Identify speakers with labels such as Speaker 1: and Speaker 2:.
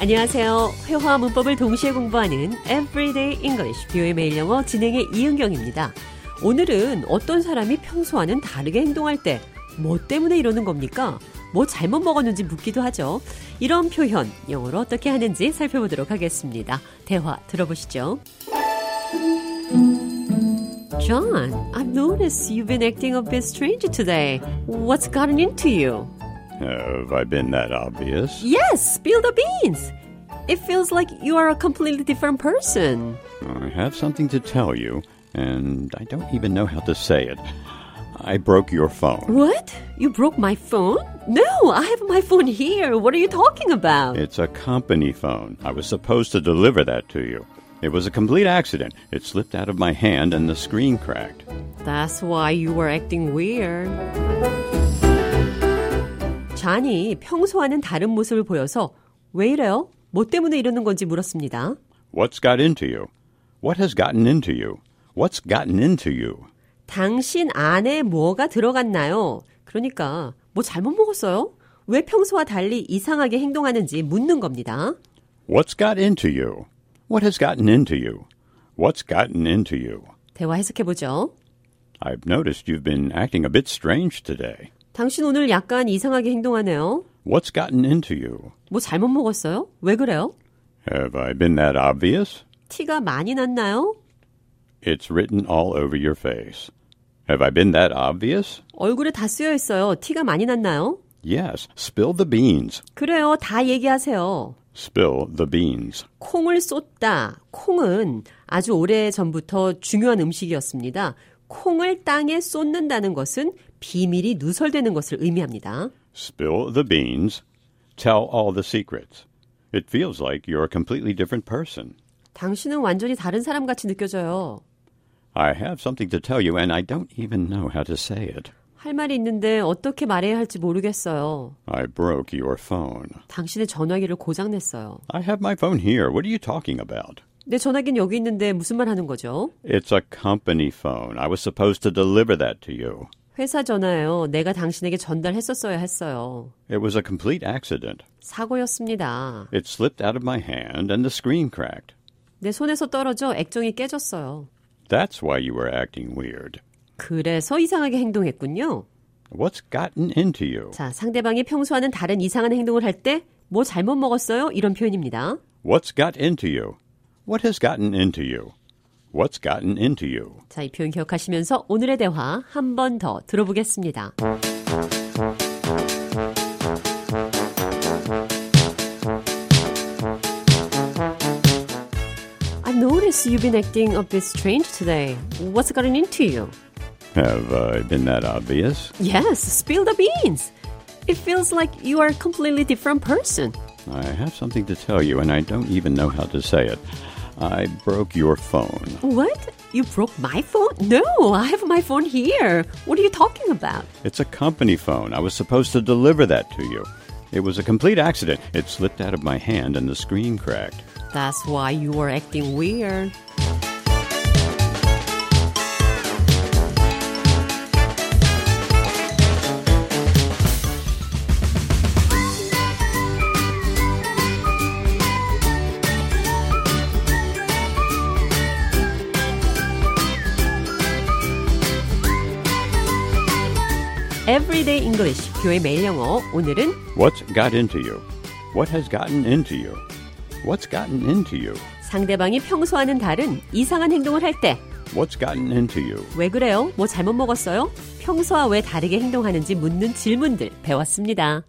Speaker 1: 안녕하세요. 회화와 문법을 동시에 공부하는 Everyday English 뷰의 매일 영어 진행의 이은경입니다. 오늘은 어떤 사람이 평소와는 다르게 행동할 때 뭐 때문에 이러는 겁니까? 뭐 잘못 먹었는지 묻기도 하죠. 이런 표현 영어로 어떻게 하는지 살펴보도록 하겠습니다. 대화 들어보시죠. John, I've noticed you've been acting a bit strange today. What's gotten into you?
Speaker 2: Have I been that obvious?
Speaker 1: Yes, spill the beans. It feels like you are a completely different person.
Speaker 2: I have something to tell you, and I don't even know how to say it. I broke your phone.
Speaker 1: What? You broke my phone? No, I have my phone here. What are you talking about?
Speaker 2: It's a company phone. I was supposed to deliver that to you. It was a complete accident. It slipped out of my hand and the screen cracked.
Speaker 1: That's why you were acting weird. 잔이 평소와는 다른 모습을 보여서 왜 이래요? 뭐 때문에 이러는 건지 물었습니다.
Speaker 2: What's got into you? What has gotten into you? What's gotten into you?
Speaker 1: 당신 안에 뭐가 들어갔나요? 그러니까 뭐 잘못 먹었어요? 왜 평소와 달리 이상하게 행동하는지 묻는 겁니다.
Speaker 2: What's got into you? What has gotten into you? What's gotten into you?
Speaker 1: 대화 해석해 보죠.
Speaker 2: I've noticed you've been acting a bit strange today.
Speaker 1: 당신 오늘 약간 이상하게 행동하네요.
Speaker 2: What's gotten into you?
Speaker 1: 뭐 잘못 먹었어요? 왜 그래요?
Speaker 2: Have I been that obvious?
Speaker 1: 티가 많이 났나요?
Speaker 2: It's written all over your face. Have I been that obvious?
Speaker 1: 얼굴에 다 쓰여 있어요. 티가 많이 났나요?
Speaker 2: Yes. Spill the beans.
Speaker 1: 그래요. 다 얘기하세요.
Speaker 2: Spill the beans.
Speaker 1: 콩을 쏟다. 콩은 아주 오래 전부터 중요한 음식이었습니다. 콩을 땅에 쏟는다는 것은 비밀이 누설되는 것을 의미합니다.
Speaker 2: Spill the beans. Tell all the secrets. It feels like you're a completely different person.
Speaker 1: 당신은 완전히 다른 사람 같이 느껴져요.
Speaker 2: I have something to tell you, and I don't even know how to say it.
Speaker 1: 할 말이 있는데 어떻게 말해야 할지 모르겠어요.
Speaker 2: I broke your phone.
Speaker 1: 당신의 전화기를 고장냈어요.
Speaker 2: I have my phone here. What are you talking about?
Speaker 1: 내 전화기는 여기 있는데 무슨 말 하는 거죠?
Speaker 2: It's a company phone. I was supposed to deliver that to you.
Speaker 1: 회사 전화요. 내가 당신에게 전달했었어야 했어요.
Speaker 2: It was a complete accident.
Speaker 1: 사고였습니다.
Speaker 2: It slipped out of my hand, and the screen cracked.
Speaker 1: 내 손에서 떨어져 액정이 깨졌어요.
Speaker 2: That's why you were acting weird.
Speaker 1: 그래서 이상하게 행동했군요.
Speaker 2: What's gotten into you?
Speaker 1: 자, 상대방이 평소와는 다른 이상한 행동을 할 때 뭐 잘못 먹었어요? 이런 표현입니다.
Speaker 2: What's got into you? What has gotten into you? What's gotten into you?
Speaker 1: 자, 이 표현 기억하시면서 오늘의 대화 한 번 더 들어보겠습니다. I notice you've been acting a bit strange today. What's gotten into you?
Speaker 2: Have I been that obvious?
Speaker 1: Yes, spill the beans. It feels like you are a completely different person.
Speaker 2: I have something to tell you, and I don't even know how to say it. I broke your phone.
Speaker 1: What? You broke my phone? No, I have my phone here. What are you talking about?
Speaker 2: It's a company phone. I was supposed to deliver that to you. It was a complete accident. It slipped out of my hand, and the screen cracked.
Speaker 1: That's why you were acting weird. Everyday English, 교의 매일 영어. 오늘은
Speaker 2: What's got into you? What has gotten into you? What's gotten into you?
Speaker 1: 상대방이 평소와는 다른 이상한 행동을 할 때,
Speaker 2: What's gotten into you?
Speaker 1: 왜 그래요? 뭐 잘못 먹었어요? 평소와 왜 다르게 행동하는지 묻는 질문들 배웠습니다.